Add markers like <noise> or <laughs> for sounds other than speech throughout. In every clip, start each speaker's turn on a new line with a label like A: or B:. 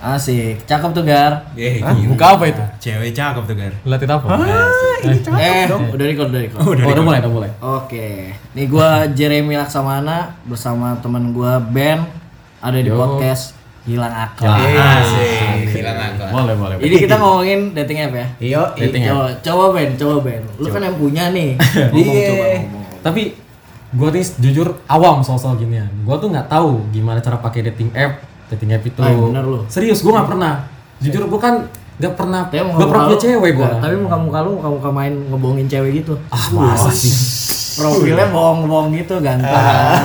A: Asik, cakep tuh Gar.
B: Eh,
C: Muka apa itu?
B: cewek cakep tuh, Gar.
C: Lihat apa?
A: eh, udah record, udah record.
C: Oh, udah mulai, udah mulai.
A: Oke, nih gua Jeremy Laksamana bersama temen gua Ben ada di podcast Hilang Akal.
C: Ya.
D: Ah,
B: Asik, hilang akal.
C: Boleh, boleh.
A: Ini kita ngomongin dating app ya.
B: Yo,
C: Dating app.
A: coba, coba Ben, coba Ben. Lu kan yang punya
C: <laughs>
A: nih. Iya. Ngomong coba ngomong.
C: Tapi gue tuh jujur awam soal-soal ginian. Gue tuh nggak tahu gimana cara pakai dating app. Dating app itu.
A: Ah, bener lu.
C: Serius, gue nggak pernah. Jujur gue kan nggak pernah.
A: Tapi
C: Gak
A: muka-muka
C: pernah punya
A: lu-
C: cewek gue.
A: Tapi muka-muka lu muka-muka main ngebohongin cewek gitu.
C: Ah, masa sih?
A: Profilnya bohong-bohong gitu ganteng.
C: Ah.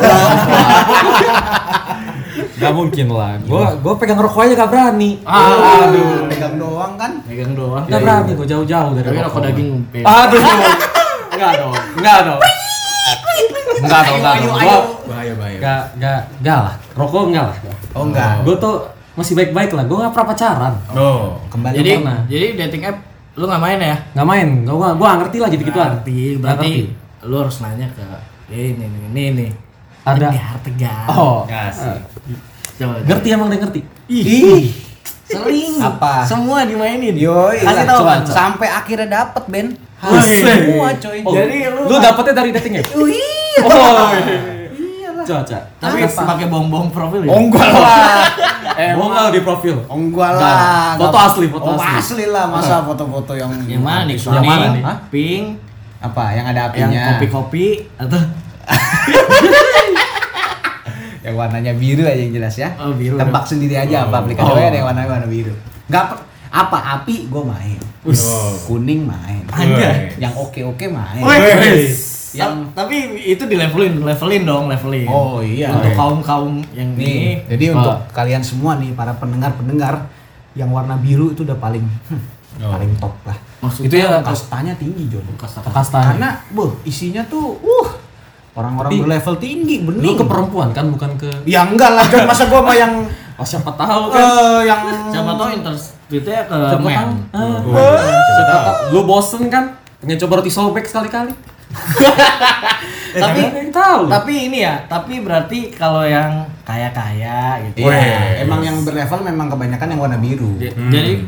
C: Gak mungkin lah. Gue gue pegang rokok aja gak berani.
A: Ah,
B: Aduh, pegang doang kan?
A: Megang doang.
C: Gak berani gue jauh-jauh dari
A: iya, Tapi rokok daging. Ben.
C: Aduh. Enggak dong. Enggak dong. Enggak dong, enggak dong. Gua
B: Bahaya, bahaya.
C: enggak enggak enggak lah. Rokok enggak lah.
B: Oh, enggak.
C: Gue tuh masih baik-baik lah. Gue enggak pernah pacaran.
B: Oh, kembali.
A: Jadi,
C: pernah.
A: jadi dating app lu nggak main ya?
C: Enggak main. Gue gua gua nggak ngerti lah gitu-gituan.
A: Berarti,
C: Nggak
A: berarti
C: ngerti.
A: Nah, lu harus nanya ke ini nih, ini nih.
C: Ada.
A: Tegar, tegar.
C: Oh.
D: Ya,
B: Asik.
A: Coba.
C: Ngerti emang dia ngerti.
B: Ih,
A: Sering.
B: Apa?
A: Semua dimainin.
B: yoi.
A: Kasih tahu
C: Coba,
A: kan.
C: coba.
B: iya, Sampai akhirnya dapet, Ben.
C: Wih.
B: Harus semua, coy.
C: Oh,
A: Jadi lu
C: lu dapetnya dari dating ya?
B: Wih.
C: Oh. Caca.
A: Tapi pakai bohong-bohong profil ya.
B: Onggol lah.
C: Eh, mau enggak di profil?
B: Onggol
C: Nah,
B: lah.
C: foto
B: Nggak-
C: asli, foto
B: Oh,
C: asli.
B: asli lah masa foto-foto yang
A: Yang mana nih?
C: Yang
A: Kuning,
C: mana nih? Hah?
A: Pink,
B: Apa? Yang ada
A: yang
B: apinya.
A: kopi-kopi atau
B: yang warnanya biru aja yang jelas ya.
A: Oh, biru.
B: Tebak sendiri aja apa aplikasi oh. ada yang warnanya warna biru. Enggak apa api gue main. Oh.
C: Us.
B: Kuning main.
A: Anjay.
B: Yang oke-oke main.
A: yang tapi itu di levelin, levelin dong, levelin.
B: Oh, iya.
A: Untuk
B: Oke.
A: kaum-kaum yang
B: Nih,
A: ini
B: jadi
C: Ah.
B: untuk kalian semua nih para pendengar-pendengar yang warna biru itu udah paling hmm, paling top lah.
A: maksudnya
C: Itu ya
B: Kastanya tinggi, Jon.
C: kastanya.
B: Karena, boh, isinya tuh uh orang-orang
C: Tapi-
B: berlevel tinggi,
C: Lu
B: bening.
C: ke perempuan kan bukan ke
B: ya enggak lah, Jon. Masa gua mah yang
C: Oh siapa tahu kan.
B: eh yang
A: siapa tahu interest tweetnya ke
C: Siapa
A: men.
C: tahu. Ah. Siapa tahu. Lu bosen kan? Pengen coba roti sobek sekali-kali.
A: tapi
C: Tapi tahu.
A: tapi ini ya, tapi berarti kalau yang kaya-kaya gitu.
B: Iya, emang yang berlevel memang kebanyakan yang warna biru.
A: J- Jadi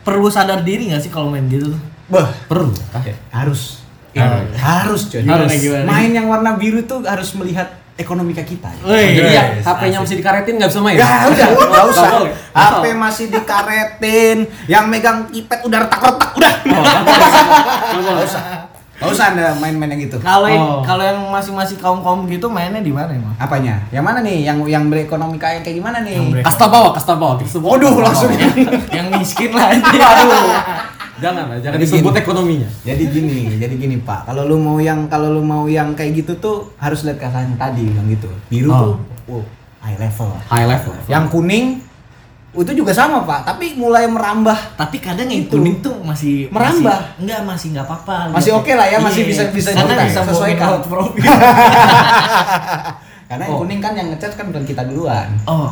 A: perlu sadar diri nggak sih kalau main gitu tuh?
B: Bah,
C: perlu. Ah.
B: harus.
D: Iya.
B: Harus, coy.
A: Gimana,
B: Harus.
A: gimana?
B: Main yang warna biru tuh harus melihat ekonomika kita. Ya.
A: Wih,
C: Jadi yang
A: yes,
C: HP-nya
A: asik.
C: masih dikaretin nggak bisa main.
B: Ya udah, nggak usah.
C: Nggak boleh.
B: HP masih dikaretin, yang megang ipad udah retak-retak, udah. Nggak usah. Nggak usah Anda main-main yang gitu.
A: Kalau
C: Oh.
A: kalau yang masing-masing kaum-kaum gitu mainnya di mana
B: <laughs>
A: emang?
B: Apanya? Yang mana nih? Yang yang berekonomika yang kayak gimana nih?
A: berekonomika.
C: Kasta bawah, kasta bawah. Semua-
B: Waduh, langsung.
A: yang miskin lah aja.
C: Aduh. Jangan lah, jangan
B: Jadi
C: disebut
B: gini.
C: ekonominya.
B: Jadi gini, jadi gini Pak. Kalau lu mau yang kalau lu mau yang kayak gitu tuh harus lihat kastanya tadi bilang gitu. Biru
C: Oh.
B: tuh wow, high level.
C: High level.
B: Yang kuning itu juga sama Pak, tapi mulai merambah.
A: Tapi kadang yang
B: Itu.
A: kuning tuh masih
B: Merambah.
A: masih- Enggak, masih enggak apa-apa.
B: Masih
A: Lihat.
B: oke lah ya, masih
A: Iya.
B: bisa- bisa
A: Karena
B: dibuka.
A: bisa
B: Sesuai
A: sesuai
B: kan.
A: out
B: <laughs>
A: profil.
B: Karena yang
C: Oh.
B: kuning kan yang ngechat kan bukan kita duluan.
A: oh.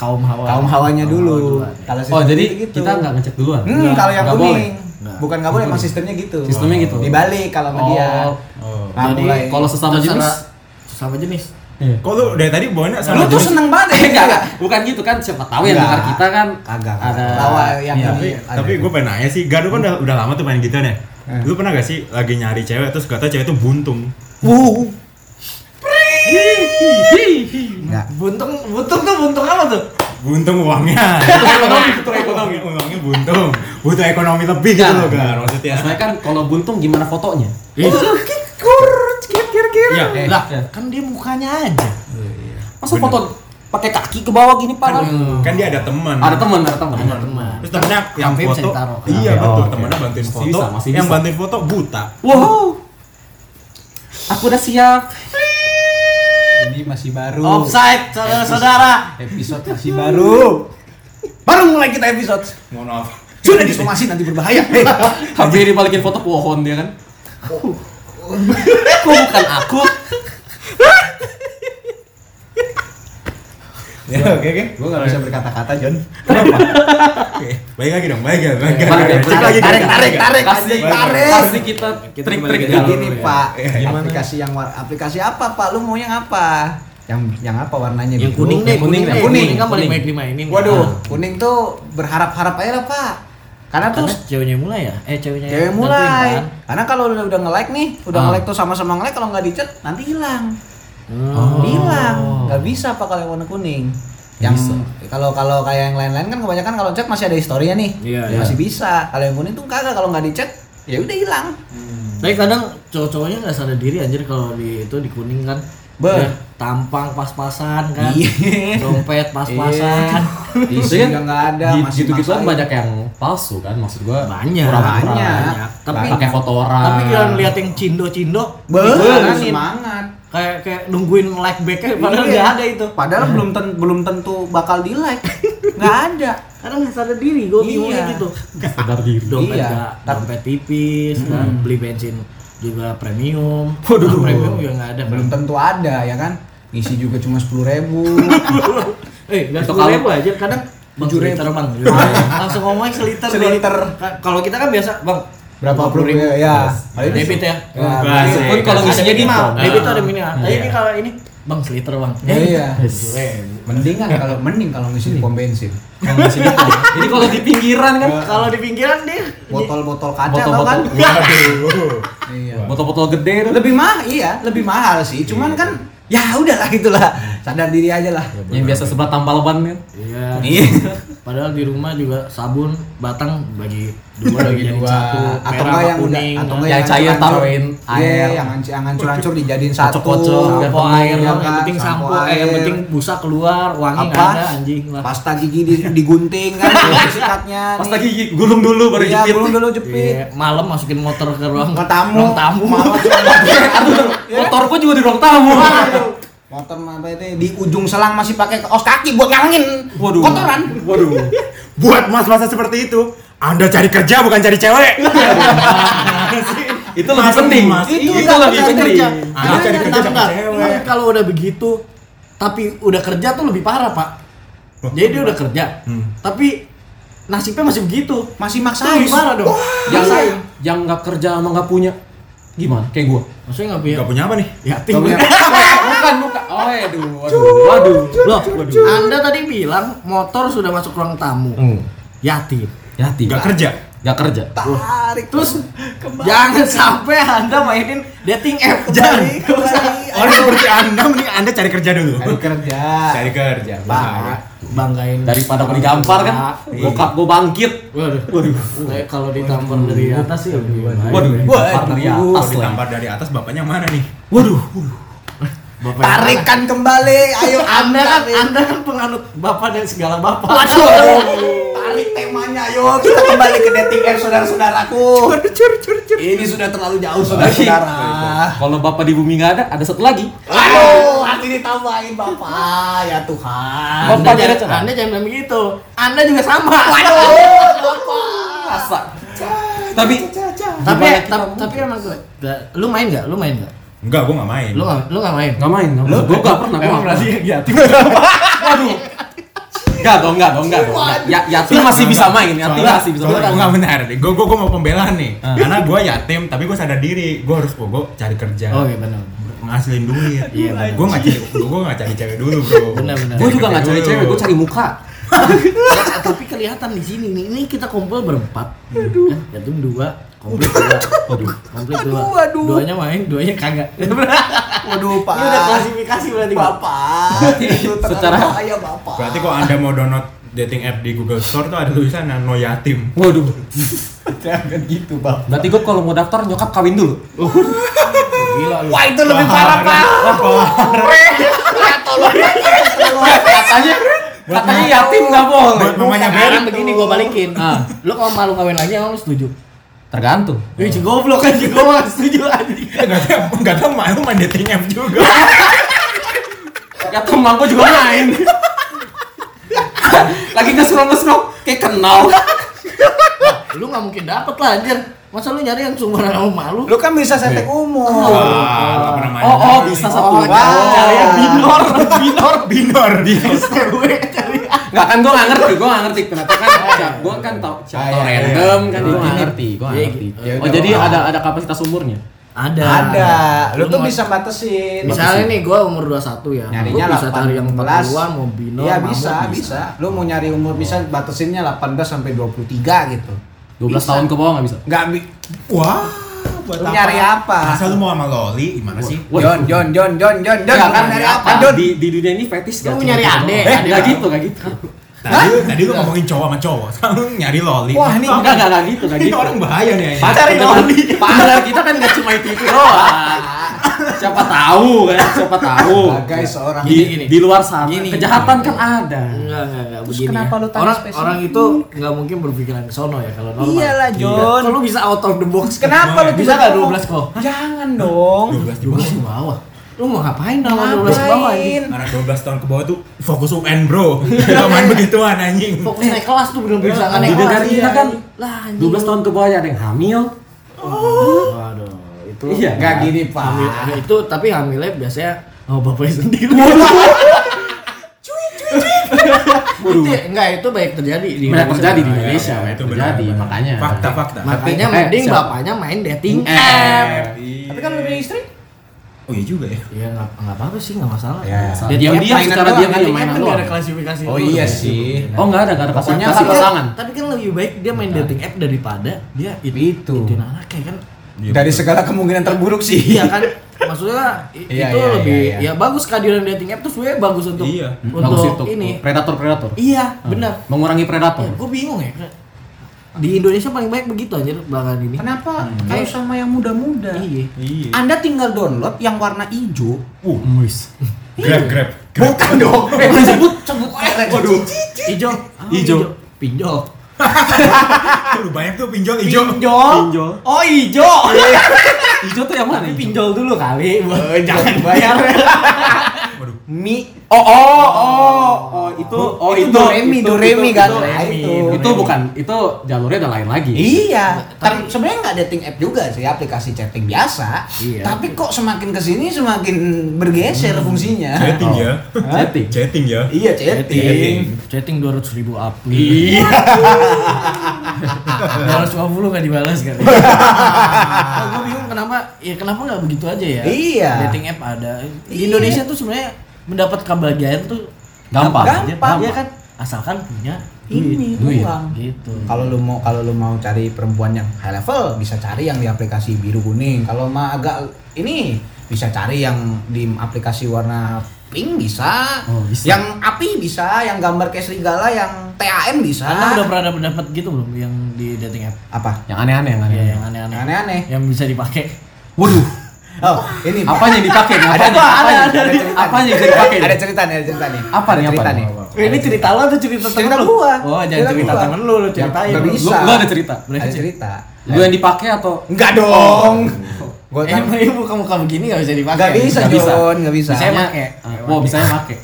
A: Kaum hawa.
B: Kaum hawanya
A: Kaum hawa
B: dulu.
A: duluan.
B: Kalau
C: Oh,
B: sistem
C: jadi
B: gitu.
C: kita nggak ngecek duluan.
B: Hmm, kalau yang
C: Nggak boleh.
B: kuning.
A: Nggak.
B: Bukan nggak boleh, emang sistemnya gitu.
C: Sistemnya gitu.
B: Dibalik kalau sama dia.
C: Oh.
B: Nah,
A: Jadi
B: mulai.
C: Kalau sesama
A: Terserah-
C: jenis
A: Sesama jenis.
C: Iya.
D: Kok lu dari tadi bawainnya
B: lu
D: sama
B: tuh
D: jenis?
B: seneng
C: <laughs>
B: banget ya?
C: Eh, enggak, enggak. bukan gitu kan siapa tahu yang
B: Enggak.
C: dengar kita kan
B: Kagak, kagak.
C: ada
B: Lawa yang
C: Iya.
B: ini.
D: tapi,
B: Ada.
D: tapi gue pengen nanya sih, Garu kan udah, udah lama tuh main gituan ya
B: Eh.
D: Lu pernah gak sih lagi nyari cewek terus gak tau cewek tuh buntung
B: Wuh.
C: Hihihi.
B: Enggak.
A: Buntung, buntung tuh buntung apa tuh?
D: Buntung uangnya Butuh ekonomi, uangnya buntung Butuh ekonomi lebih gitu
C: Nah.
D: loh Gar, maksudnya
C: Biasanya kan kalau buntung gimana fotonya?
A: Iya.
B: Oh,
D: Iya,
C: Eh,
B: Ya.
A: lah,
C: iya.
A: kan dia mukanya aja.
C: Masa
D: Bener.
C: foto pakai kaki ke bawah gini
D: kan,
C: parah?
D: kan dia ada teman
C: Ada teman, ada teman.
A: Ada teman.
D: Terus temennya yang
A: Tapi bisa
D: foto
A: ditaruh.
D: Iya
C: Oke,
D: betul,
C: oke.
D: temennya bantuin
C: Masih
D: foto
C: bisa, masih
D: Yang
C: bisa.
D: bantuin foto buta
C: Wow. Aku udah siap.
B: Ini masih baru.
A: Offside, saudara-saudara.
B: Episode masih baru. Baru mulai kita episode.
D: Mohon maaf
B: Sudah disomasi nanti berbahaya. Hei.
C: <laughs> Habis dibalikin foto pohon dia kan. Kok bukan aku?
D: <laughs>
B: Ya, oke oke. Gua nggak bisa berkata-kata, John.
D: Baik lagi dong, baik ya, baik ya. Cek
C: Balik, balik,
D: lagi, cek
B: Tarik, tarik, tarik,
D: lagi.
B: tarik, anjing, tarik.
C: Pasti kita
A: Kita
C: trik-trik
A: kembali ke
C: jalan
B: Gini
C: dulu ya.
B: Pak,
C: Gimana?
B: aplikasi yang war- aplikasi apa Pak? Lu mau yang apa? Yang yang apa warnanya?
A: Yang
B: biru?
A: kuning deh, Ah.
C: Yang kuning
A: kuning deh.
C: deh, kuning,
A: Kuning kan paling
C: kuning.
A: baik dimainin.
B: Waduh, kuning tuh berharap-harap aja lah Pak. Karena tuh
A: Terus ceweknya mulai ya? Eh ceweknya
B: Nah, cewek
A: yang
B: mulai.
A: nentuin kan?
B: Karena kalau udah udah nge-like nih, udah
C: Ah.
B: nge-like tuh sama-sama nge-like kalau nggak dicet nanti hilang.
A: Hmm.
C: Oh.
B: Hilang, nggak bisa Pak kalau yang warna kuning. Yang kalau kalau kayak yang lain-lain kan kebanyakan kalau cek masih ada historinya nih.
A: Iya,
B: Ya, Masih bisa. Kalau yang kuning tuh kagak kalau nggak dicet ya udah hilang.
A: Hmm. Tapi kadang cowok-cowoknya nggak sadar diri anjir kalau di itu di kuning kan.
B: Ber.
A: Ya, tampang pas-pasan kan.
B: Iya.
A: Dompet pas-pasan.
B: Isi
C: Jadi
B: udah Iya, nggak
C: gi-
B: ada, masih
C: Iya kan? gitu-gitu kan
B: maksain.
C: banyak yang palsu kan maksud gua
A: Banyak.
C: kurang-kurang.
B: Banyak.
A: Tapi
C: pakai foto orang
A: tapi kalau ngeliat yang cindo-cindo
B: Beuh,
A: dikarenain.
B: semangat.
A: kayak kayak nungguin like back-nya padahal
B: Iya.
A: nggak ada itu.
B: Padahal belum ten- belum tentu bakal di like. Nggak ada.
A: Kadang nggak sadar diri gue
B: Iya.
A: bingungnya gitu.
C: sadar diri
A: Dompet
B: Iya. Hmm.
A: nggak- dompet tipis kan beli bensin juga premium. <laughs> Nah, premium juga nggak ada.
B: Belum tentu ada ya kan. Ngisi juga cuma sepuluh ribu.
A: <laughs> Eh, nggak
C: Itu
A: sepuluh
C: kalau-
A: ribu aja kadang bang
B: 7.000.
A: seliter bang <laughs> langsung ngomongnya seliter Bang.
B: Iya. Seliter.
A: Ka- kalau kita kan biasa bang
B: Berapa puluh ribu? Ya. Kalau ini-
A: debit ya
D: Enggak
B: Ya, beli-
D: sih.
C: pun Nah, kalau
A: ada
C: isinya di
A: minimal
C: form.
A: debit tuh
C: Ah.
A: ada minimal tapi
C: Iya.
A: ini kalau ini bang seliter bang
B: Ya, Iya.
C: Nah.
A: Eh,
B: Mendingan kalau mending kalau ngisi di pom bensin.
A: Iya.
C: Kalau di sini tuh. ini kalau di pinggiran kan
A: kalau di pinggiran dia
B: Botol-botol kaca tau kan?
C: botol-botol
B: Iya.
C: botol-botol gede kan, itu
B: Lebih mahal, iya, lebih mahal sih. Cuman kan
A: iya.
B: ya udahlah gitulah. Sadar diri aja lah.
C: yang biasa sebelah tampal ban kan
A: iya
B: Iya.
A: padahal di rumah juga sabun batang bagi dua bagi
B: dua
A: satu
B: atau
A: merah
B: enggak yang udah
A: kuning
B: atau
A: kan.
B: enggak
C: Yang cair
B: hancur-hancur.
C: taruhin
B: Iya,
C: air.
B: yang hancur- yang hancur-hancur dijadiin satu
C: Kocok-kocok, biar
A: sampo
C: Sampo
A: air
B: ya
A: yang
B: kan,
A: penting sampo eh yang
B: air.
A: penting busa keluar wangi
B: apa
A: nggak ada anjing lah
B: pasta gigi di- digunting
A: <laughs>
B: kan sikatnya
C: pas lagi gulung dulu baru
B: iya,
C: jepit
B: gulung dulu jepit
A: Iya, malam masukin motor ke ruang
B: Ke tamu. Iya.
A: ruang tamu.
B: Malam.
A: <laughs> Iya.
C: motorku juga di ruang tamu
B: Waduh. motor apa itu di ujung selang masih pakai kaos kaki buat ngangin
C: waduh
B: kotoran
C: waduh
D: Buat mas-masa seperti itu, Anda cari kerja bukan cari cewek.
C: itu lebih
D: Mas,
C: penting
D: mas,
C: itu,
A: Iya,
B: udah
C: lebih
B: bukan
C: penting
B: kerja.
D: Anak
A: Nah,
D: Ah, cari
A: nah,
D: kerja
A: nah,
D: sama
A: nah,
D: cewek.
A: nah, Kalau udah begitu, tapi udah kerja tuh lebih parah pak. Jadi dia udah kerja, tapi nasibnya masih begitu.
B: masih
A: Itu
B: maksain
A: lebih parah dong.
C: yang
A: Maksain.
C: yang nggak kerja sama nggak punya gimana kayak gua
A: Maksudnya nggak punya
D: Gak punya apa nih?
A: yatim.
B: Gak punya.
C: bukan bukan oh aduh waduh waduh
A: Loh, Anda tadi bilang motor sudah masuk ruang tamu.
C: Hmm.
D: Hmm.
A: Yatim.
C: yatim
D: Gak kerja.
C: Ya, nggak kerja
B: tarik
A: Terus jangan sampai Anda mainin dating app. Jangan.
D: Orang seperti Anda mending Anda cari kerja dulu.
B: cari kerja
D: Cari kerja.
B: Pak.
A: Banggain.
C: daripada gua digampar kan
A: Iya.
C: bokap gua bangkit
A: Waduh. Waduh. Kalau ditampar dari atas sih lebih baik.
C: waduh gampar dari atas
D: Kalau
C: lagi
D: ditampar dari atas bapaknya mana nih?
C: waduh
A: Bapak yang-
B: tarikan kembali
A: <laughs>
B: ayo
A: Anda kan, Anda kan penganut bapak dan segala bapak.
B: Waduh. Tarik temanya, yuk kita kembali ke dating app saudara-saudaraku. Ini sudah terlalu jauh saudara-saudara.
C: kalau bapak di bumi nggak ada ada satu lagi
B: Aduh, hati ditambahin bapak, ya
A: Anda
B: Tuhan.
C: Bapak
A: jangan,
C: jangan-
A: anda jangan bilang begitu. Anda juga sama.
C: Masa? tapi
A: tapi
C: Gimana kita
A: tapi, tapi emang gue, da- lu main nggak? Lu main nggak?
D: Enggak, gua gak main. Iya,
A: Lu nggak? Lu nggak main?
C: nggak main nggak main. gua nggak pernah gua nggak pernah.
A: yatim.
C: Enggak dong, enggak dong, enggak dong. Ya, yatim masih bisa main, yatim masih bisa
D: Soalnya
C: main. Ah.
D: nggak benar deh. Gue gue mau pembelaan nih. Karena gue yatim, tapi gue sadar diri. Gue harus pokok cari kerja.
A: Oh iya benar.
D: Ngasilin duit.
A: Iya, benar.
D: Gue nggak cari, gue nggak cari cewek dulu bro.
A: Benar, benar.
C: Gue juga nggak cari cewek, gue cari muka.
A: Ya, <laughs> tapi kelihatan di sini nih. Ini kita kumpul berempat. Aduh. Yatim dua. Komplit dua. Aduh. Komplit dua.
B: Aduh, aduh.
A: Duanya main, duanya kagak. Ini
B: Waduh, Pak.
A: udah klasifikasi berarti. Pak.
B: Bapak, itu terlalu
C: Secara-
B: bahaya, Bapak.
D: Berarti kalau anda mau download dating app di Google Store tuh ada tulisan no yatim.
C: Waduh.
B: jangan gitu, Bapak.
C: Berarti gue kalau mau daftar nyokap kawin dulu.
A: Gila lu.
B: Wah, itu lebih parah, Pak. Ya tolong.
C: <laughs> Katanya katanya yatim nggak boleh.
D: Buat mamanya
A: Sekarang
D: Barry.
A: begini gue balikin.
C: Ah.
A: Lu kalau malu kawin lagi emang lu setuju?
C: Tergantung.
A: Wih, si goblok kan, si goblok setuju anjing.
D: Gak tau, gak tau main main dating app juga.
C: Ya teman gue juga main. <laughs> Lagi ngesrong-ngesrong kayak kenal.
A: Lu nggak mungkin dapet lah anjir. Masa lu nyari yang sumberan sama malu?
B: Lu kan bisa setek umur.
D: Wah, nggak pernah main.
C: Oh, oh, Oh, bisa satu.
B: wow.
C: Cari yang
A: binor, Ah. <laughs> binor.
D: binor
A: STW cari.
C: Enggak kan gua enggak ngerti, gua enggak ngerti kenapa kan cap gua kan tau cap
D: Ah,
C: tau
D: iya, iya.
C: random kan gua enggak
A: Iya.
C: ngerti, gua enggak
A: Iya,
C: ngerti.
D: iya.
C: Oh, jadi ada ada kapasitas umurnya.
A: Ada.
B: Ada. Lu tuh
A: mau-
B: bisa batasin.
A: Nah, Misalnya nih gua umur 21 ya.
B: nyarinya
A: gua bisa cari yang
B: 18.
A: 40-an mau binor.
B: Iya
A: mamut,
B: bisa, bisa. Lu mau nyari umur bisa batasinnya 18 sampai 23 gitu.
C: 12 tahun ke bawah enggak bisa.
B: Enggak bi-
D: wah buat
B: Lu nyari apa?
D: masa lu mau sama loli gimana sih
C: Waduh.
B: Jon, Jon, Jon, Jon, Jon, Jon,
C: Enggak,
B: kan nyari apa, Jon?
C: Di di dunia ini fetish
A: Lu
C: gak?
A: nyari adek,
C: Eh,
A: adek
C: enggak
A: apa?
C: gitu, enggak gitu.
D: tadi tadi lu ngomongin cowok sama cowok sekarang lu nyari loli
B: Wah, ini-
C: Enggak, enggak, enggak gitu, enggak
D: ini
C: gitu.
D: orang bahaya nih
C: Pak,
B: Cari
C: pendengar-
B: Loli.
C: pendengar kita kan enggak cuma itu doang. Siapa tahu kan, siapa tahu.
B: Sebagai seorang
C: Di,
A: Gini, gini.
C: di luar sana
A: Gini,
C: kejahatan
A: gini.
C: kan ada.
A: Enggak, enggak, enggak
B: Terus
A: begini.
B: kenapa
A: ya.
B: lu tanya
A: orang
B: spesifik?
A: orang itu enggak mungkin berpikiran ke sono ya kalau normal.
B: Iyalah, Jon.
A: Kalau bisa out of the box
B: Iya. Kenapa lu
A: Iya. Bisa
B: tidak
A: enggak 12 kok?
B: Jangan dong.
D: 12
A: 12 ke bawah. Lu mau ngapain dong 12 ke bawah anjing?
B: Ngapain?
D: Anak 12 tahun ke bawah tuh fokus UN bro Gak main begituan anjing
A: Fokus naik kelas tuh bener-bener bisa
C: Di
A: naik
C: dunia
A: kelas.
C: kita kan
A: Lah anjing. Oh.
C: 12 tahun ke bawah ya ada yang hamil.
A: Waduh, itu
C: Iya.
B: Enggak gini, Pak.
A: hamil itu tapi hamilnya biasanya oh bapaknya sendiri.
C: Waduh.
A: Itu- enggak itu banyak terjadi di
C: Banyak
A: Indonesia.
C: terjadi di
A: Nah,
C: Indonesia. itu terjadi, makanya.
D: Fakta-fakta
A: Makanya
C: Eh,
A: mending
C: siapa?
A: bapaknya main dating
C: Eh.
A: app.
D: Tapi
B: Tapi kan lu punya istri?
D: Oh iya juga ya
A: Ya nggak nggak apa-apa sih nggak masalah.
C: Ya,
A: Dating
C: diam
A: app
C: diam
B: mainan
C: secara
B: doang,
C: diam
A: Dating
C: diam
A: app
C: mainan
A: Iya, kan nggak ada
C: doang.
A: klasifikasi.
B: Oh
A: dulu.
B: iya sih.
C: Oh enggak ada, enggak ada
B: Pokoknya
C: kasih
B: kan-
C: pasangan.
A: Tapi kan lebih baik dia main dating app daripada dia itu
B: Itu.
A: ituin anaknya kan.
B: Dari segala kemungkinan terburuk sih.
A: Iya
B: <laughs>
A: kan maksudnya i-
B: Iya,
A: itu
B: iya,
A: lebih
B: iya, iya.
A: ya bagus kehadiran dating app tuh sebenarnya bagus untuk
D: Iya.
A: untuk
C: Bagus itu.
A: ini.
C: Predator predator. Hmm.
A: Iya,
B: Hmm.
A: benar.
C: Mengurangi predator.
A: gue bingung ya. Di Indonesia paling banyak begitu aja belakangan ini.
B: Kenapa? Kalau sama yang muda-muda.
A: Iya.
D: Iya
B: Anda tinggal download yang warna hijau.
D: Uh,
C: Muis.
D: Grab, grab Grab
B: Bukan dong. <laughs> Eh, sebut sebut merek.
D: Waduh
A: Ijo.
C: Ijo.
A: Pinjol.
D: Lu banyak tuh pinjol hijau
C: Pinjol.
B: Oh, hijau.
C: Hijau tuh yang mana?
A: Tapi
C: hijau?
A: pinjol dulu kali.
B: Eh, jangan bayar.
D: Waduh
B: Mi
C: Oh oh oh oh itu oh itu
B: Itu Doremi,
C: itu- itu-
B: Doremi kan?
C: itu-
B: Nah, itu.
C: Itu bukan itu jalurnya udah lain lagi.
B: Iya, tapi sebenarnya nggak dating app juga sih, aplikasi chatting biasa.
A: Iya.
B: Tapi kok semakin kesini semakin bergeser fungsinya.
D: Chatting ya
C: Chatting.
D: Chatting ya
B: Iya chatting.
A: Chatting 200 ribu upload.
C: Iya.
A: 250 nggak dibalas kan? <laughs> gue bingung kenapa ya kenapa nggak begitu aja ya?
B: Iya.
A: Dating app ada. Di
B: Iya.
A: Indonesia tuh sebenarnya mendapat kebahagiaan tuh
C: Gampang.
B: Gampang.
A: Iya kan asalkan punya
B: Ini
C: Duit.
B: uang.
A: gitu.
B: Kalau lu mau kalau lu mau cari perempuan yang high level bisa cari yang di aplikasi biru kuning. Kalau mah agak ini bisa cari yang di aplikasi warna pink bisa.
C: Oh, bisa.
B: Yang api bisa, yang gambar kayak serigala, yang TAM bisa.
A: Anda udah pernah mendapat gitu belum yang di dating app?
B: Apa?
C: Yang aneh-aneh yang
A: Ya,
C: aneh-aneh.
B: Iya,
A: yang aneh-aneh.
B: Aneh-aneh.
A: Yang bisa dipakai.
C: Waduh,
B: Oh, ini Pak.
C: apanya yang dipakai? nih?
B: <laughs> Ada
C: Apanya?
B: apa?
C: Apanya?
B: Ada, ada, ada cerita nih.
C: Apanya yang dipakai?
B: Ada cerita nih, ada cerita nih.
C: Apa
B: Ada
C: nih, apa
B: cerita
C: nih?
B: nih?
A: ini cerita lo atau cerita
B: Cerita
A: temen lu?
B: gua.
A: Oh, jangan
B: Cerita
A: cerita
B: gua.
A: temen lu, lu ceritain.
B: Nggak bisa.
C: Lu, lu ada cerita.
B: Ada cerita.
C: Lu yang dipakai atau
B: Enggak dong. Gua kan
A: Emang ya, ibu kamu kamu gini gak bisa dipakai.
B: enggak bisa,
C: Nggak bisa. Ah,
B: Jon, enggak bisa.
A: Saya pakai.
C: Wah, bisanya pakai.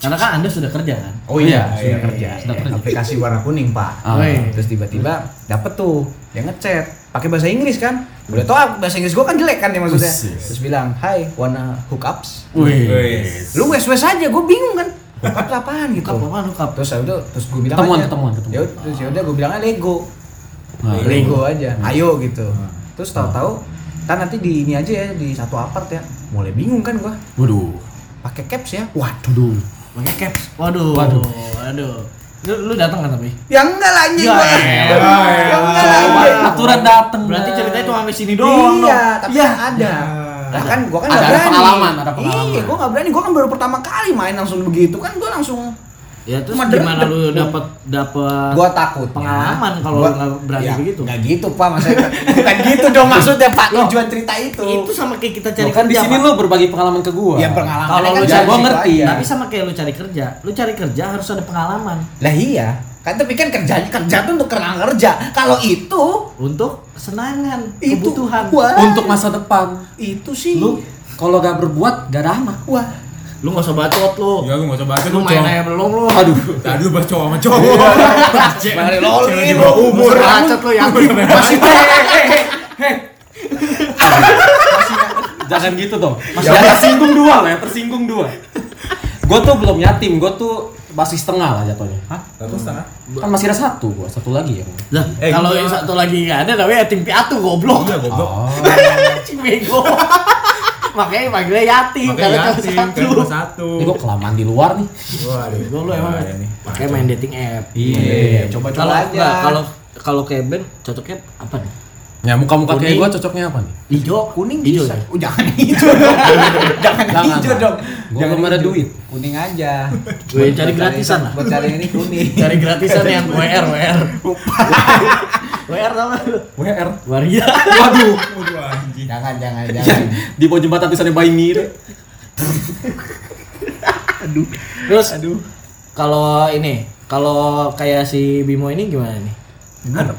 A: Karena kan Anda sudah kerja kan?
C: Oh iya, sudah
B: Iya, iya,
C: kerja,
B: iya.
C: sudah kerja.
B: aplikasi warna kuning pak Iya.
C: Ah.
A: Woi.
B: terus tiba-tiba dapet tuh dia ngechat pakai bahasa Inggris kan udah tau ah, bahasa Inggris gua kan jelek kan ya maksudnya
C: Buset.
B: terus bilang hi wanna hookups
C: Wih.
B: lu wes wes aja gua bingung kan hookups apaan gitu
A: Hookup apaan, hookup?
B: terus habis itu terus gua bilang
C: Ketemuan,
B: aja,
C: ketemuan, ketemuan.
B: ya udah- terus yaudah gua bilangnya lego
C: Ah,
B: lego aja ayo gitu terus tahu-tahu kan nanti di ini aja ya di satu apart ya mulai bingung kan gua
C: Waduh.
B: pakai caps ya
C: Waduh.
B: waduh
A: Pakai caps. Waduh.
C: Waduh.
A: Waduh. Lu, lu datang kan tapi?
B: ya enggak lah anjing
A: Ya
B: gua
A: elah.
B: ya enggak lah
C: Coba
B: anjing.
C: aturan dateng. ya,
A: Berarti
C: Bang.
A: ceritanya cuma sampai sini doang
B: iya,
A: dong.
B: tapi
A: Iya.
B: ada. Nah, kan gua kan
C: Ada-
B: nggak
C: ada
B: berani.
C: pengalaman, ada pengalaman.
B: Iya, gua nggak berani. Gua kan baru pertama kali main langsung begitu kan gua langsung
A: Ya terus
B: Cuma deret-
A: gimana lu dapat dapat
B: gua takut
A: pengalaman kalau lu nggak berani begitu.
B: Enggak gitu, Pak, maksudnya. <laughs> Bukan gitu dong maksudnya, Pak.
C: Loh.
B: Tujuan cerita itu.
A: itu sama kayak kita cari
C: Loh, kan di
A: kerja,
C: sini
A: Pak.
C: lu Iya. berbagi pengalaman ke gua.
B: ya pengalaman
A: Kalau lu
B: kan
A: jago
B: cari
C: ngerti,
B: situ aja.
A: tapi sama kayak lu cari kerja. Lu cari kerja harus ada pengalaman.
B: Lah iya. Kan tapi kan kerjanya kerja tuh untuk kenangan kerja. Kalau itu
A: Untuk kesenangan,
B: itu
A: kebutuhan.
B: Wah,
C: Untuk masa depan.
B: itu sih.
C: Lu kalau gak berbuat gak ada anak.
B: Wah.
A: Lu nggak usah bacot lu.
D: Ya gue gak usah bahas
A: Lu
D: itu
A: main
D: cowok
A: aja belum lu.
C: Aduh.
D: Tadi lu bahas cowok sama cowok
B: Mari loli,
D: Cewek di bawah
B: lu.
D: umur
A: Bacot lu ya.
D: Masih
C: Masih Jangan gitu dong. Masih tersinggung dua lah ya, tersinggung dua. Gue tuh belum yatim, gue tuh masih setengah lah jatuhnya.
D: Hah? Satu setengah?
C: Kan masih ada satu, gua satu lagi ya.
A: Lah,
D: Eh,
A: kalau
D: gua-
A: yang satu lagi nggak ada namanya yatim piatu goblok.
D: Enggak Iya, goblok.
A: <laughs>
C: Oh.
B: Oh.
A: Cing bego. <laughs> Makanya panggilnya yatim
D: Makanya
A: karena
D: yatim,
A: cuma
D: kan
A: satu.
D: cuma satu. Nah,
C: Ini gua kelamaan di luar nih.
D: Waduh.
A: Gue lu emang
D: Bahaya nih.
A: kayak main dating app.
C: Iya.
B: Coba-coba
A: Kalau
B: aja.
A: enggak, kalau kalau kayak band cocoknya apa nih?
C: Ya muka-muka kayak
A: Kuning.
C: gua cocoknya apa nih?
B: hijau, kuning
A: Hijau
B: bisa.
A: ya?
B: Oh, jangan <laughs> hijau dong. jangan
C: Jangan.
B: hijau dong.
C: Gua belum ada
B: hijau.
C: duit.
B: Kuning aja.
A: Gua yang cari gratisan lah.
B: Buat cari ini kuning.
A: Cari gratisan yang WR WR. WR sama lu.
C: WR.
A: Waria.
C: Waduh.
D: Waduh anjing.
B: Jangan, jangan,
C: Ya,
B: jangan.
C: <laughs> di bawah jembatan tulisannya buy me deh.
A: Terus aduh. Kalau ini, kalau kayak si Bimo ini gimana nih?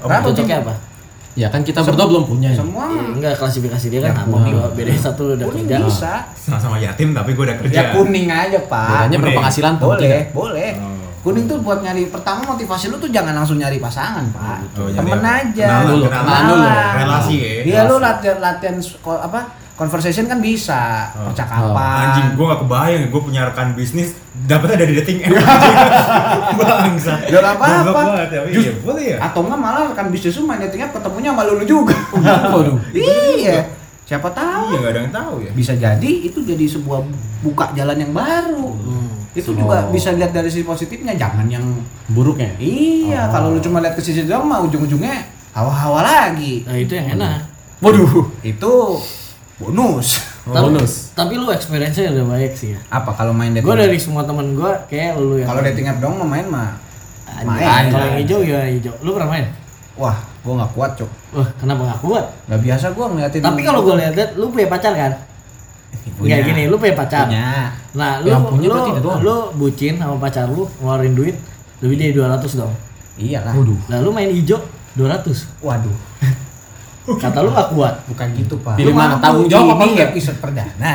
B: Rambut
A: Cocoknya apa?
C: Ya kan kita berdua belum punya. ya.
B: Semua
A: Enggak klasifikasi dia kan apa? Dua, Beda satu udah
B: kuning
A: kerja.
B: bisa.
D: Sama-sama yatim tapi gue udah kerja.
B: Ya kuning aja, Pak.
C: Bedanya
D: Iya. Kuning.
C: berpenghasilan tuh.
B: boleh,
C: tidak.
B: boleh.
D: Oh.
B: Kuning tuh buat nyari pertama motivasi lu tuh jangan langsung nyari pasangan, Pak.
D: Oh, jadi
B: Temen
D: apa?
B: aja.
D: Kenalan
C: dulu,
D: kenalan.
C: kenalan dulu.
D: Relasi ya.
B: Dia lu latihan latihan s- ko- apa? Conversation kan bisa,
D: Oh.
B: percakapan.
D: Anjing, gue gak kebayang gue punya rekan bisnis dapetnya dari dating app. Bangsa.
B: Ya nggak apa-apa.
D: Goblok banget ya. Iya, boleh ya.
B: Atau enggak malah rekan bisnis lu main dating app ketemunya sama lu juga.
C: Waduh.
B: iya. Siapa
D: Iya,
B: tahu.
D: gak ada yang tahu ya.
B: Bisa jadi itu jadi sebuah buka jalan yang baru.
A: Hmm.
B: Itu
C: Oh.
B: juga bisa lihat dari sisi positifnya, jangan yang
C: Buruknya. Oh.
B: iya, kalau lu cuma lihat ke sisi doang mah ujung-ujungnya hawa-hawa lagi.
A: Nah, itu yang enak.
C: Waduh.
B: Itu bonus.
A: Tapi-
C: Bonus.
A: Tapi lu experience-nya udah baik sih ya.
B: Apa kalau main dating?
A: Gue
B: app?
A: dari semua temen gue kayak lu yang
B: Kalau dating app dong mau main mah
A: Anjay.
B: main.
A: Kalau yang hijau ya hijau. Lu pernah main?
B: Wah, gua nggak kuat, Cok.
A: Wah, kenapa gak kuat?
B: Gak biasa gua ngeliatin.
A: Tapi kalau gue lihat lu punya pacar kan? Kayak gini, lu punya pacar.
B: punya. Ya
A: Nah, lu
C: Yang punya
A: lu,
C: berarti dia doang.
A: lu bucin sama pacar lu, ngeluarin duit lebih dari 200 dong.
B: Iyalah.
C: Waduh.
A: Nah, lu main hijau 200.
B: Waduh,
A: Kata lu gak kuat.
B: bukan gitu, Pak.
C: Pilih
B: Lu
C: mana,
B: mampu.
C: tanggung jawab apa
B: Ini
C: enggak?
B: episode <laughs> perdana.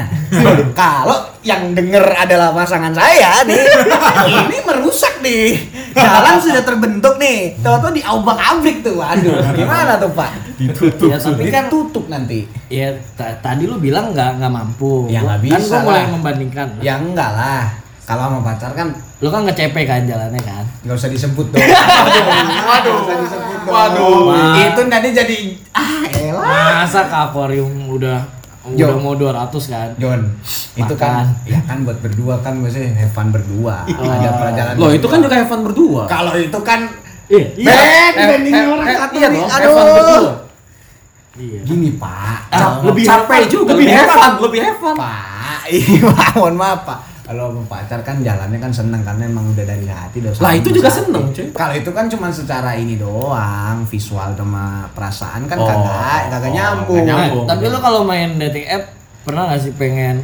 B: kalau yang denger adalah pasangan saya nih, ini merusak nih. Jalan sudah terbentuk nih. Tahu-tahu diaubak-abrik tuh. Aduh, gimana <laughs> tuh, Pak?
D: Ditutup.
A: Ya, tapi kan
B: Ditutup nanti.
A: ya ta- tadi lu bilang nggak nggak mampu.
B: Ya,
A: Gua-
B: nggak
A: Kan
B: bisa
A: gua mulai
B: lah.
A: membandingkan.
B: Ya enggak lah. Kalau sama pacar kan
A: Lu kan ngecepe kan jalannya kan?
B: nggak usah disebut dong. Waduh, nggak usah disebut dong.
C: Waduh.
B: Itu tadi jadi ah elah.
A: Masa ke akuarium udah udah
B: Jo.
A: mau 200 kan?
B: John, itu kan
A: Makan.
B: ya kan buat berdua kan maksudnya have fun berdua. Ada perjalanan.
C: Loh, itu kan
B: berdua.
C: juga Evan berdua.
B: kalau itu kan
A: Iya.
B: Ben,
C: eh,
B: bandingin
C: eh,
B: orang
C: eh,
B: satu
C: iya
B: nih.
C: dong,
B: Aduh.
C: Evan berdua.
A: Iya.
B: Gini, Pak.
C: Ah,
B: Kalau-
C: lebih capek juga, lebih Evan, lebih Evan.
B: Pak. <laughs> Iya, mohon maaf, Pak. Kalau sama pacar kan jalannya kan seneng karena emang udah dari hati udah
C: Lah,
B: sama
C: itu juga
B: hati.
C: seneng, cuy.
B: Kalau itu kan cuma secara ini doang, visual sama perasaan kan
C: Oh,
B: kagak kagak
C: oh,
B: nyambung.
C: kagak
A: Nah,
C: nyambung.
A: tapi lu kalau main dating app pernah gak sih pengen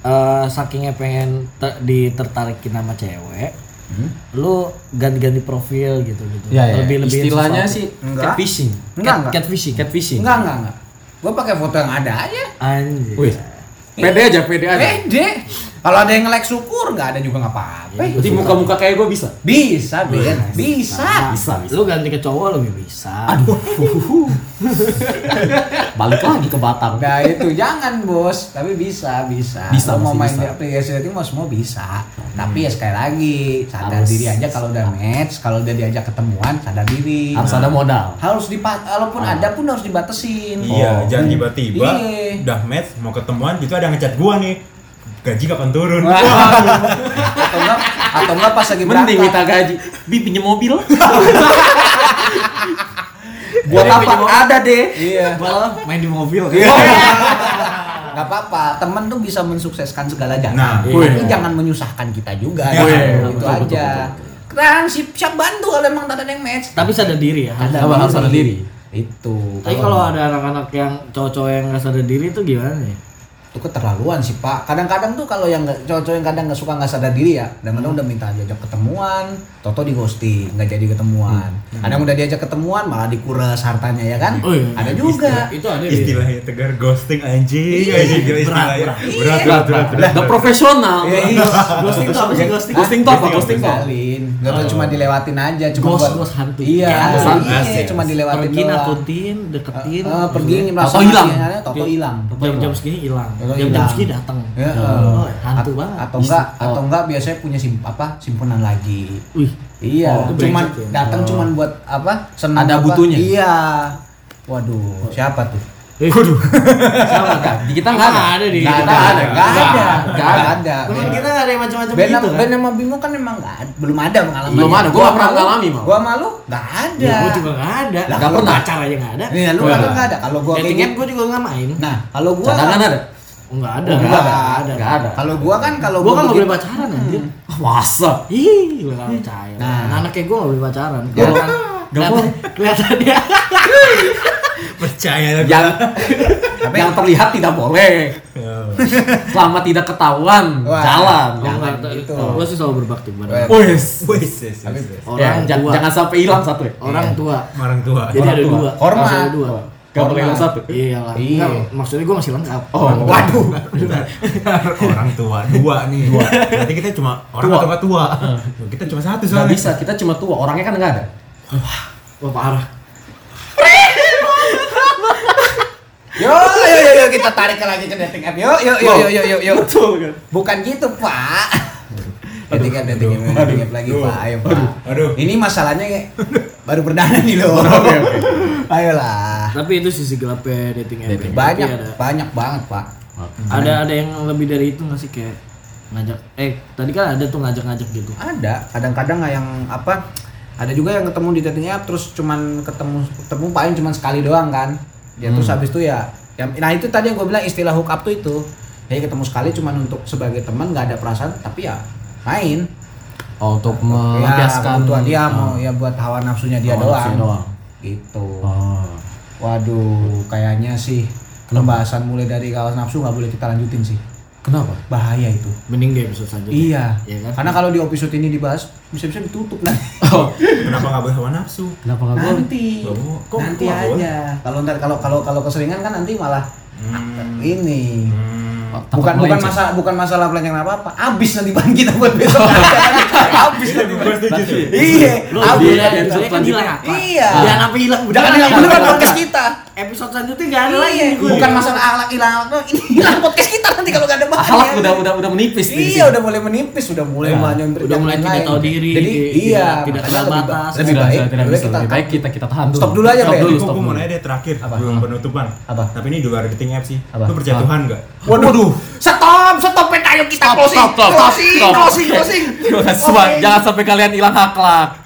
A: eh, sakingnya pengen te- ditertarikin sama cewek? Lu ganti-ganti profil gitu gitu. Lebih-lebihin
C: Ya, Istilahnya
A: sesuatu.
C: sih
B: Enggak.
C: catfishing.
B: Enggak,
A: Cat-
B: enggak.
A: catfishing.
C: Catfishing.
B: Enggak, enggak, enggak. Gua pakai foto yang ada aja.
A: Anjir.
C: Wih. Pede aja, pede aja.
B: Pede. Kalau ada yang like syukur, nggak ada juga nggak apa-apa.
C: Berarti muka-muka kayak gue bisa.
B: Bisa, Ben. Bisa.
C: Bisa, bisa.
A: Lu ganti ke cowok lebih bisa.
C: <laughs> Balik lagi ke Batang.
B: Nah itu jangan bos, tapi bisa, bisa.
C: Bisa,
B: Lo mau
C: masih
B: main
C: bisa.
B: di aplikasi dating mau semua bisa. Tapi ya sekali lagi sadar
C: Harus-
B: diri aja kalau udah match, kalau udah diajak ketemuan sadar diri.
C: Harus ada Ah. modal.
B: Harus dipa- walaupun ada pun harus dibatesin.
C: Oh.
D: Iya, jangan tiba-tiba
B: Oh. Iya.
D: udah match mau ketemuan gitu ada yang ngechat gua nih. Gaji kapan turun?
B: Wah.
D: Wah,
B: atau enggak, atau enggak pas lagi
C: Mending minta
B: berangkat.
C: gaji. Bi pinjem mobil.
B: Buat apa ada deh? Iya.
A: Malah main di mobil. kan?
B: Gak apa-apa, temen tuh bisa mensukseskan segala jalan.
D: Nah,
B: tapi
C: iya.
B: jangan menyusahkan kita juga.
D: Iya,
B: gitu.
D: iya,
B: itu
C: betul, betul,
B: aja. Kan siap, siap bantu kalau emang tak ada yang match.
A: Tapi sadar diri ya.
C: Ada apa harus ada diri?
B: Itu.
A: Tapi kalau ada anak-anak yang cowok-cowok yang nggak sadar diri itu gimana ya?
B: itu keterlaluan sih pak. Kadang-kadang tuh kalau yang nggak- cowok-cowok yang kadang nggak suka nggak sadar diri ya, dan
A: Hmm.
B: kadang udah minta diajak ketemuan, toto di ghosting, nggak jadi ketemuan.
A: Hmm.
B: Ada yang udah diajak ketemuan malah dikures hartanya ya kan?
A: Oh, iya.
B: Ada juga.
A: Itu ada
D: Istilahnya ya, tegar ghosting anjing. Anjing gila istilahnya. Berat berat berat. berat,
C: Gak
D: berat.
C: profesional.
B: Iya, iya.
A: <laughs> Ghosting tuh apa sih ghosting?
C: Ghosting tuh apa? Oh. Ghosting tuh. apa?
B: Tinggalin. Gak tuh cuma dilewatin aja, cuma
A: Ghost,
B: buat-
A: ghost hantu. Ya,
B: Iya, iya,
A: ghost
D: hantu. Asik.
B: cuma dilewatin
A: Pergi
B: doang.
A: nakutin, deketin.
B: Eh, eh, pergi
A: gitu.
B: merasa
C: Toto hilang.
B: hatinya, Toto hilang.
A: Jam-jam segini hilang.
B: Atau
A: jam-jam
B: hilang.
A: segini datang.
B: Ya,
A: Oh,
B: eh.
A: hantu
B: At-
A: banget. Oh.
B: Atau enggak, atau enggak biasanya punya sim apa simpenan lagi.
A: Wih,
B: Iya,
A: Oh,
B: cuman
A: brengsek ya.
B: datang cuman buat apa? Senang
C: Ada
B: apa?
C: butuhnya.
B: Iya. Waduh, siapa tuh?
A: eh,
C: Sama kan? Di kita nggak ada.
A: ada di.
B: Nggak
A: kita
B: ada,
A: nggak
B: nggak ada,
A: Nggak
B: nggak
A: ada.
B: ada.
A: Temen kita nggak ada yang macam-macam
B: Ben,
A: gitu kan.
B: ben sama Bimo kan emang nggak ada- belum ada pengalaman.
C: Belum ada, gua nggak pernah ngalami, Mal.
B: Gua malu, nggak ada.
A: Ya, gue juga nggak ada.
B: Lah,
A: Nggak
B: kalau
A: pernah
B: nggak-
A: pacar aja nggak ada.
B: Nih, lu
C: Gua
B: kan
C: ada.
B: nggak ada. Kalau gua kayak
A: Dating app
B: gitu,
A: gue juga nggak main.
B: nah kalau gua
C: Cadangan ada.
A: Nggak ada.
B: Oh,
A: Nggak
B: nggak
A: ada.
B: ada.
C: Nggak ada.
B: Kalau gua kan kalau
A: Gue kan nggak boleh
B: begitu-
A: pacaran anjir.
C: Ah, Masa?
A: Ih, gue nggak percaya.
B: Nah.
A: Nah, anak kayak gue nggak boleh pacaran.
B: Ya.
A: Kalau kan kelihatan kelihatannya
D: Percaya lah.
C: Yang yang terlihat tidak boleh. Selama tidak ketahuan,
B: Wah.
C: jalan.
B: Jangan
A: Jangan
B: gitu.
A: gitu. Gue sih selalu berbakti kepada
D: Oh,
B: Weh,
C: Wes.
D: Habis
A: orang
C: Ya,
A: tua.
C: jangan, jangan sampai hilang satu ya.
A: Orang
B: Iya.
A: tua.
D: orang tua.
A: Jadi
C: Orang
A: ada
C: tua. Oh.
A: dua.
B: Hormat.
A: Harus Ada dua.
C: Gak boleh hilang satu.
A: Iyalah.
B: Iya.
A: Nggak, maksudnya gue masih lengkap.
C: Oh,
B: Waduh.
D: orang tua dua nih. Dua. Berarti kita cuma orang
C: Tua.
D: tua. atau tua. Kita cuma satu
C: Gak
D: soalnya.
C: bisa, kita cuma tua. Orangnya kan nggak ada.
A: Wah, parah.
B: Yo, yo, yo, yo, kita tarik lagi ke dating app. Yo, yo, yo, yo, yo, yo, yo.
C: Betul kan?
B: Bukan gitu, Pak. Dating app, dating app, dating app lagi,
D: Aduh.
B: Pak. Ayo, Pak.
D: Aduh.
B: Ini masalahnya kayak baru perdana nih lo. Ayolah.
A: Tapi itu sisi gelapnya dating app.
C: Dating
A: Tapi
B: Banyak,
A: ada-
B: banyak banget, Pak.
A: ada ada yang lebih dari itu nggak sih kayak ngajak eh tadi kan ada tuh ngajak-ngajak gitu
B: Ada, kadang-kadang nggak yang apa? Ada juga yang ketemu di dating app terus cuman ketemu ketemu paling cuman sekali doang kan. Ya
C: Hmm.
B: terus habis itu ya, ya nah itu tadi yang gue bilang istilah hook up tuh itu. Jadi ketemu sekali cuman untuk sebagai teman nggak ada perasaan tapi ya main.
C: Oh, untuk
B: Ya,
C: melampiaskan
B: kebutuhan dia
C: Ah.
B: mau ya buat hawa nafsunya dia
C: Hawa
B: doang.
C: nafsunya Iya doang.
B: Gitu.
C: Oh.
B: Waduh, kayaknya sih pembahasan mulai dari kawas nafsu nggak boleh kita lanjutin sih.
C: Kenapa?
B: Bahaya itu.
A: mending di episode saja
B: Iya.
A: Iya kan?
B: Karena kalau di episode ini dibahas bisa-bisa ditutup nanti.
C: Oh,
D: Kenapa nggak boleh hawa nafsu?
C: kenapa nggak boleh? Oh,
B: nanti.
D: Nggak boleh. Kok-
B: Iya. nanti
D: kok nggak boleh?
B: aja. Kalau ntar kalau kalau kalau keseringan kan nanti malah
D: Hmm.
B: ini.
D: Hmm.
C: Oh, takut
B: Bukan bukan
C: melenceng.
B: masalah bukan masalah pelajaran apa apa. Abis nanti bahan kita buat besok. Abis nanti.
D: Gua setuju sih.
B: Iya.
A: lu
B: abis.
A: dia
C: iya,
A: episode
C: iya.
A: kan hilang apa
B: Iya.
A: jangan apa hilang udah
B: Jangan
A: kan
B: hilang
A: hilang.
B: beneran podcast kita.
A: episode selanjutnya nggak ada lagi
B: Iya,
A: nih, gua.
B: bukan masalah akhlak hilang akhlak doang. ini hilang podcast kita nanti kalau gak ada bahan.
C: Akhlak
B: ya.
C: udah udah udah menipis di
B: Iya
C: sini.
B: udah mulai menipis, udah mulai
C: Ya.
B: banyak
A: Udah mulai tidak
B: lain.
A: tahu diri,
B: Jadi
A: tidak-
B: iya,
A: tidak
B: makanya
A: kenal
B: lebih ba-
A: batas.
B: Lebih
C: Tidak
B: baik,
C: bisa, tidak
B: lebih
C: bisa.
B: kita
C: Lebih baik kita kita tahan dulu.
B: Stop dulu aja, ya.
C: Stop
B: Ben.
C: dulu,
D: Tapi
C: stop
D: gue mau
C: dulu.
D: nanya deh terakhir
B: Apa?
D: sebelum penutupan.
B: Apa?
D: Tapi ini di luar dating app sih.
B: Apa?
D: Lu percaya
C: Apa?
D: Tuhan nggak?
B: Waduh, stop, stop, Ben. ayo kita
C: Stop,
B: closing,
C: stop, stop,
B: closing,
C: stop.
B: closing, closing.
C: Jangan sampai-
B: Oke.
C: Jangan sampai kalian hilang akhlak.